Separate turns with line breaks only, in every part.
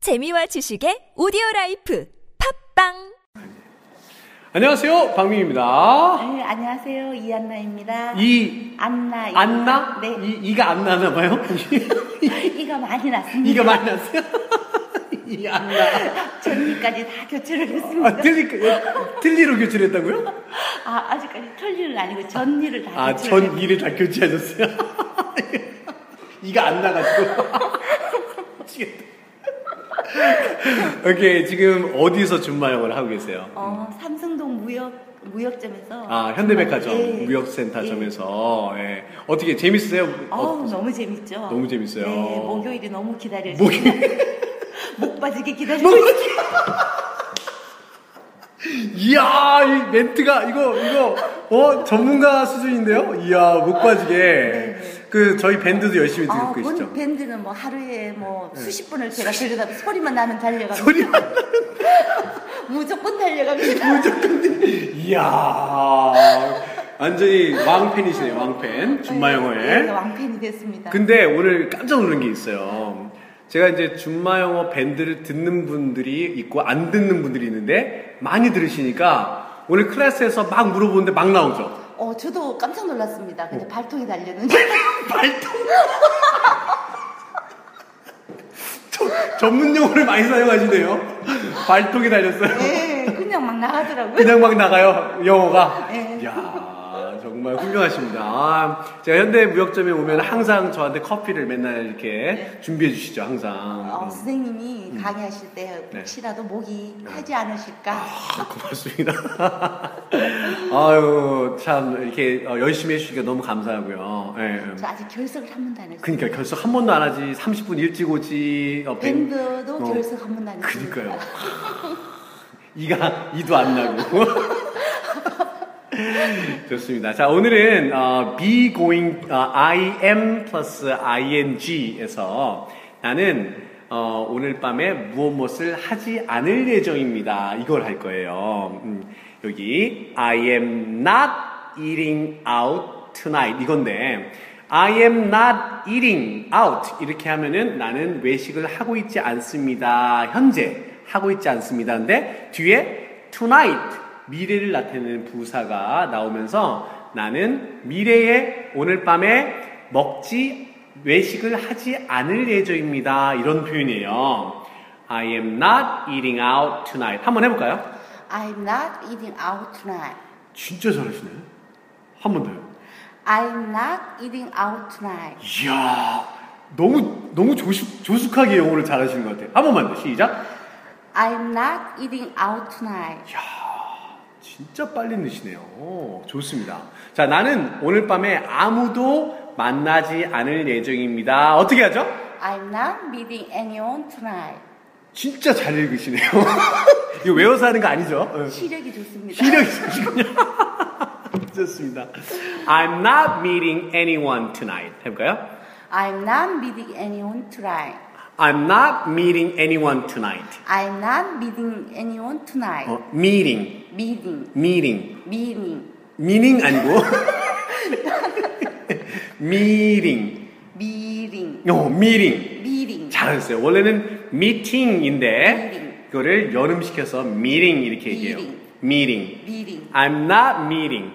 재미와 지식의 오디오 라이프 팝빵
안녕하세요, 박민입니다.
네, 안녕하세요. 이안나입니다.
이
안나. 이-
안나?
네.
이 이가 안 나나 봐요.
이, 가 많이 났습니다.
이가 많이 났어요. 이 안나.
전기까지 다 교체를 했습니다.
아, 틀리 틀리로 교체했다고요?
아, 아직까지 천리는 아니고 전리를 다
아,
교체를
전 이를 다 교체하셨어요. 이가 안 나가지고. 미치겠다. 오케이, 지금 어디서 준마영을 하고 계세요?
어, 삼성동 무역 무역점에서
아, 현대백화점
예.
무역센터점에서
네.
예. 어떻게 재밌으세요?
예.
어,
어우, 너무 재밌죠.
너무 재밌어요.
네, 목요일이 너무 기다려요.
목이
목 빠지게 기다리고 있어요.
이야 이 멘트가 이거 이거 어 전문가 수준인데요. 이야 못 빠지게 그 저희 밴드도 열심히
아,
듣고 계시죠.
본 밴드는 뭐 하루에 뭐 수십 분을 제가 들려다 소리만 나면 달려가고
네. 소리
무조건 달려갑니다.
이야 완전히 왕팬이시네요 왕팬
네,
준마영어의.
왕팬이 됐습니다.
근데 오늘 깜짝 놀란 게 있어요. 제가 이제 준마영어 밴드를 듣는 분들이 있고 안 듣는 분들이 있는데 많이 들으시니까 오늘 클래스에서 막 물어보는데 막 나오죠.
어, 저도 깜짝 놀랐습니다.
네.
근데 발톱이 달려는.
발톱. 저- 전문 용어를 많이 사용하시네요. 발톱이 달렸어요.
예, 그냥 막 나가더라고요.
그냥 막 나가요 영어가.
네.
이야 정말 훌륭하십니다. 아, 제가 현대 무역점에 오면 항상 저한테 커피를 맨날 이렇게 준비해 주시죠
어,
항상. 아,
선생님이
음.
강의하실 때 혹시라도 목이 타지 않으실까.
네. 아, 고맙습니다. 아유 참 이렇게 어, 열심히 해주시니까 너무 감사하고요. 예, 예.
저 아직 결석을 한 번도 안 했어요.
그러니까 결석 한 번도 안 하지 30분 일찍 오지 어, 백-
밴드도
어.
결석 한 번도 안 했어요.
그니까요. 이가 이도 안 나고. 좋습니다. 자 오늘은 어, be going 어, I am plus ing에서 나는 어, 오늘 밤에 무엇 무엇을 하지 않을 예정입니다. 이걸 할 거예요. 음, 여기 I am not eating out tonight 이건데 I am not eating out 이렇게 하면은 나는 외식을 하고 있지 않습니다. 현재 하고 있지 않습니다. 근데 뒤에 tonight 미래를 나타내는 부사가 나오면서 나는 미래에 오늘 밤에 먹지 외식을 하지 않을 예정입니다. 이런 표현이에요. I am not eating out tonight. 한번 해볼까요?
I'm not eating out tonight.
진짜 잘하시네. 한 번 더요.
I'm not eating out tonight.
이야, 너무 너무 조숙 조숙하게 영어를 잘하시는 것 같아요. 한 번만 더 시작.
I'm not eating out tonight.
진짜 빨리 느시네요. 오, 좋습니다. 자, 나는 오늘 밤에 아무도 만나지 않을 예정입니다. 어떻게 하죠?
I'm not meeting anyone tonight.
음. 진짜 잘 읽으시네요. 이거 외워서 하는 거 아니죠? 예.
시력이 좋습니다.
기력이 좋으시군요. 좋습니다. I'm not meeting anyone tonight. 해볼까요?
I'm not meeting anyone tonight.
I'm not meeting anyone tonight.
I'm not meeting anyone tonight.
어, meeting,
Meeting,
meeting.
meeting,
미닝 아니고 미링
meeting,
어 미링
meeting.
잘하셨어요 원래는 미팅인데
미팅.
그거를 연음시켜서 미링 이렇게 얘기해요
미팅.
미링
meeting.
I'm not meeting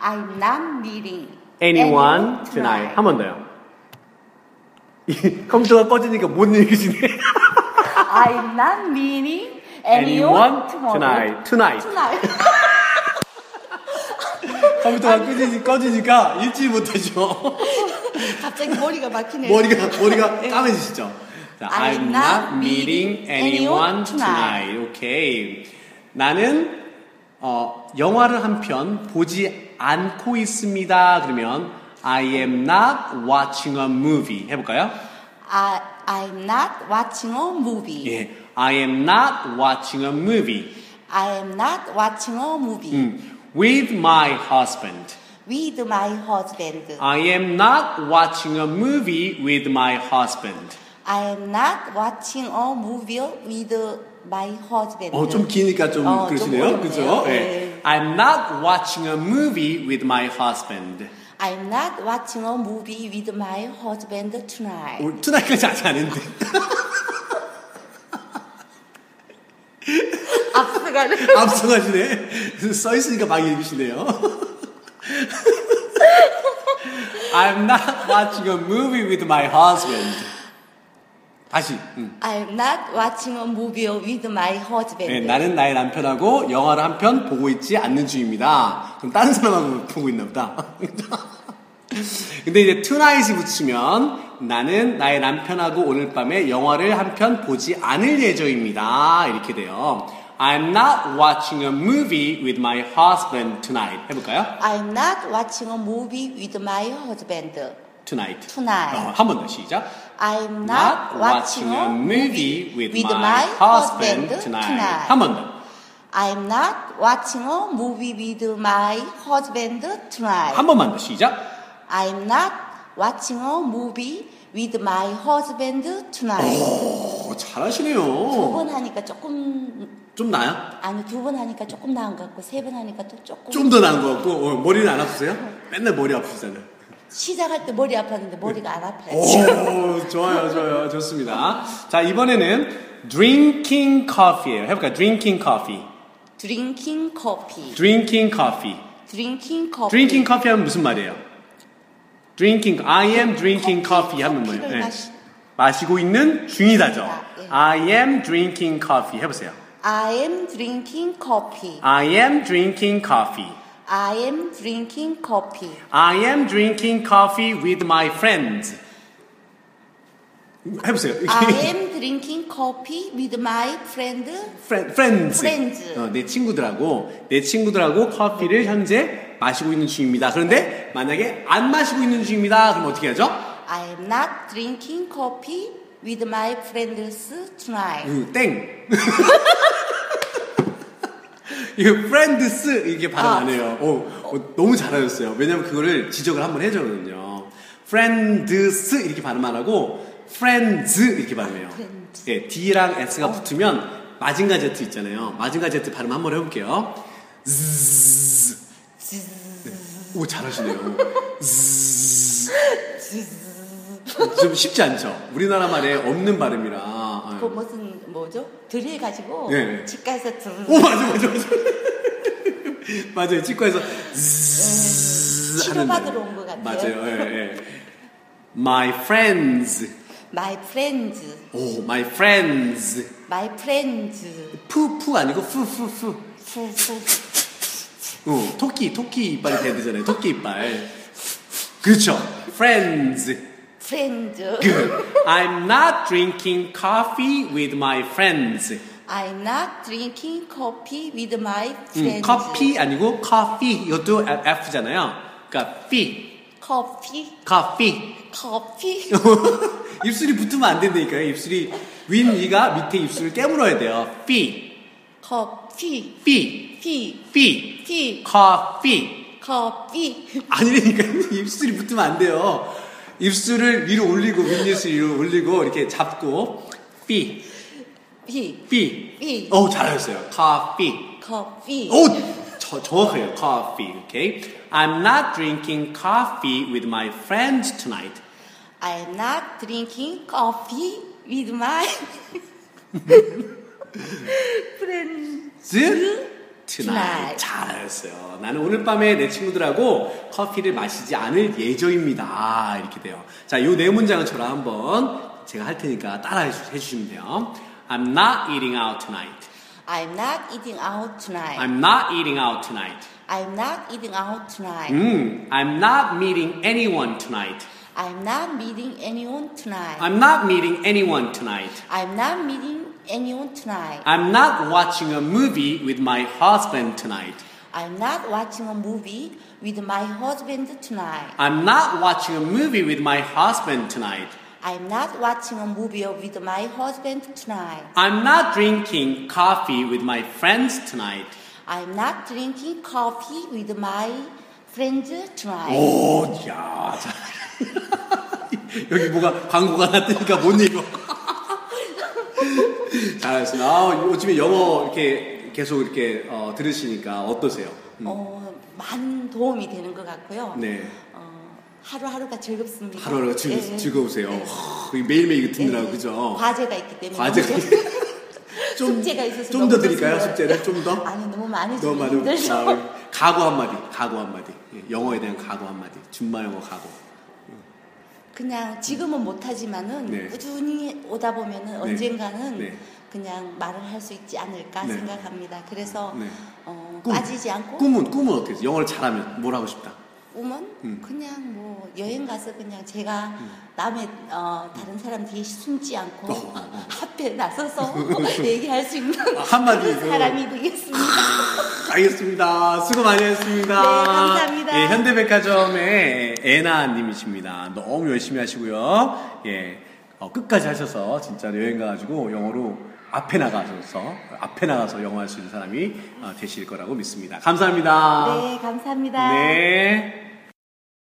I'm not meeting
anyone tonight 한 번 더요 이 컴퓨터가 꺼지니까 못 읽으시네
I'm not meeting
Anyone
anyone
tonight. Tonight.
Tonight.
컴퓨터가 꺼지니, 꺼지니까 읽지 못하죠
갑자기 머리가 막히네요.
머리가 머리가 까매지시죠. 자, I'm
I'm
not
not
meeting
meeting
anyone
anyone
tonight. 오케이. 나는 어, 영화를 한 편 보지 않고 있습니다. 그러면 I am not watching a movie. 해볼까요?
I, I'm not watching a movie.
예, I am not watching a movie
I am not watching a movie
음. with my husband.
with my husband.
I am not watching a movie with my husband.
I am not watching a movie with my husband.
어, 좀 기니까 좀
어, 좀
그러시네요.
어렵네요.
그죠? 예.
네.
I'm not watching a movie with my husband.
I'm not watching a movie
어,
with my husband tonight.
오늘 투나이까지 아직 안 했는데.
압승하는
압승하시네. 써 있으니까 막 읽으시네요. I'm not watching a movie with my husband. 다시. 음.
I'm not watching a movie with my husband.
네, 나는 나의 남편하고 영화를 한 편 보고 있지 않는 중입니다. 그럼 다른 사람하고 보고 있나 보다. 근데 이제 tonight이 붙이면 나는 나의 남편하고 오늘 밤에 영화를 한 편 보지 않을 예정입니다. 이렇게 돼요. I'm not watching a movie with my husband tonight. 해볼까요?
I'm not watching a movie with my husband.
Tonight. 어,
Tonight.
한 번 더 시작.
I'm not watching a
movie with,
with
my,
my
husband,
husband
tonight.
tonight.
한 번 더.
I'm not watching a movie with my husband
한
tonight.
번만 더 시작.
I'm not watching a movie with my husband tonight.
어,
두
잘하시네요.
번 하니까 조금
좀 나아요?
아니 두 번 하니까 조금 나은 것 같고 세 번 하니까 또 조금
좀 더 나은 것 같고 어, 머리는 안 아프세요? 맨날 머리 아프시잖아요.
시작할 때 머리 아팠는데 머리가 안 아파요.
어. 오, 좋아요, 좋아요, 좋습니다. 자 이번에는 drinking coffee예요. 해볼까요? drinking coffee,
Drinking coffee.
drinking coffee,
Drinking coffee.
drinking coffee 하면 무슨 말이에요? drinking, I am drinking coffee 하면 뭐예요?
커피를
네.
마시-
마시고 있는 중이다죠.
예.
I am drinking coffee 해보세요.
I am drinking coffee.
I am drinking coffee.
I am drinking coffee.
I am drinking coffee with my friends. 해보세요.
I am drinking coffee with my friend.
Friend- friends.
Friends.
어, 내 친구들하고 내 친구들하고 커피를 현재 마시고 있는 중입니다. 그런데 만약에 안 마시고 있는 중입니다. 그럼 어떻게 하죠?
I am not drinking coffee with my friends tonight.
으, 땡. 이거 friends 이게 발음 안 해요. 어, 어, 너무 잘하셨어요. 왜냐면 그거를 지적을 한번 해줘거든요. friends 이렇게 발음 안 하고 friends 이렇게 발음해요.
friends.
예, D랑 S가 붙으면 마징가 Z 있잖아요. 마징가 Z 발음 한번 해볼게요. zzz. 오 잘하시네요. zzz. 좀 쉽지 않죠. 우리나라 말에 없는 발음이라. 예.
그 무슨 뭐죠? 드릴 가지고
예.
치과에서 드르르
오 맞아 맞아 맞아 맞아요 치과에서 zzz 하는 날.
치료받으러 온것 같아요.
맞아요 예, 예. My friends
my friends,
오 my friends
my friends.
푸푸 아니고 푸푸푸
푸푸.
어, 토끼 토끼 이빨이 돼야 되잖아요 토끼 이빨 그렇죠 friends
friends.
good I'm not drinking coffee with my friends
I'm not drinking coffee with my
음,
friends.
커피 아니고 coffee 이것도 F잖아요 그러니까 fee
커피,
coffee
커피.
입술이 붙으면 안 된다니까요. 입술이 윈 이가 밑에 입술을 깨물어야 돼요. 삐,
커피,
삐,
피,
삐,
피,
커피.
커피.
아니라니까요. 입술이 붙으면 안 돼요. 입술을 위로 올리고 윗 입술 위로 올리고 이렇게 잡고 삐,
피,
삐.
삐.
오 잘하셨어요. 커피.
커피.
오 저, 정확해요. 커피. 오케이. I'm not drinking coffee with my friends tonight.
I'm not drinking coffee with my friends.
즈
Tonight.
tonight. 잘하셨어요. 나는 오늘 밤에 내 친구들하고 커피를 마시지 않을 예정입니다. 아, 이렇게 돼요. 자, 요 네 문장을 저랑 한번 제가 할 테니까 따라 해주- 해주시면 돼요. I'm not eating out tonight.
I'm not eating out tonight.
I'm not eating out tonight.
I'm not eating out tonight.
음, I'm not meeting anyone tonight.
I'm not meeting anyone tonight.
I'm not meeting anyone tonight.
I'm not meeting anyone tonight.
I'm not watching a movie with my husband tonight.
I'm not watching a movie with my husband tonight.
I'm not watching a movie with my husband tonight.
I'm not watching a movie with my husband tonight.
I'm not drinking coffee with my friends tonight.
I'm not drinking coffee with my friends tonight.
오, 어, 야. 자. 여기 뭐가 광고가 났으니까 못 읽어. 잘했습니다. 아, 요즘에 영어 이렇게 계속 이렇게 어, 들으시니까 어떠세요?
어, 많은 도움이 되는 것 같고요.
네.
어, 하루하루가 즐겁습니다.
하루하루가 즐,
예, 예.
즐거우세요.
예,
와, 이거 매일매일 이거 듣느라고,
예.
그죠?
과제가 있기 때문에.
과제가
그죠? 숙제가 있어서
좀더
너무
드릴까요?
좋습니다.
숙제를 좀 더?
아니 너무 많이
너무
주면
많은
힘들죠.
아, 각오 한마디, 각오 한마디. 예, 영어에 대한 각오 한마디. 준마 영어 각오.
그냥 지금은 못하지만은
네.
꾸준히 오다 보면은 언젠가는
네.
그냥 말을 할 수 있지 않을까
네.
생각합니다. 그래서
네.
어,
꿈.
빠지지 않고
꿈은 꿈은 어떻게 돼요? 영어를 잘하면 뭘 하고 싶다?
꿈은
음.
그냥 뭐 여행 가서 그냥 제가 남의 어, 다른 사람 뒤에 숨지 않고
어, 어.
앞에 나서서 얘기할 수 있는
아, 한마디
그런
그-
사람이 되겠습니다.
알겠습니다. 수고 많이 했습니다.
네, 감사합니다.
예, 현대백화점의 에나님이십니다. 너무 열심히 하시고요. 예, 어, 끝까지 하셔서 진짜 여행 가가지고 영어로 앞에 나가셔서 앞에 나가서 영어 할 수 있는 사람이 어, 되실 거라고 믿습니다. 감사합니다.
네, 감사합니다.
네.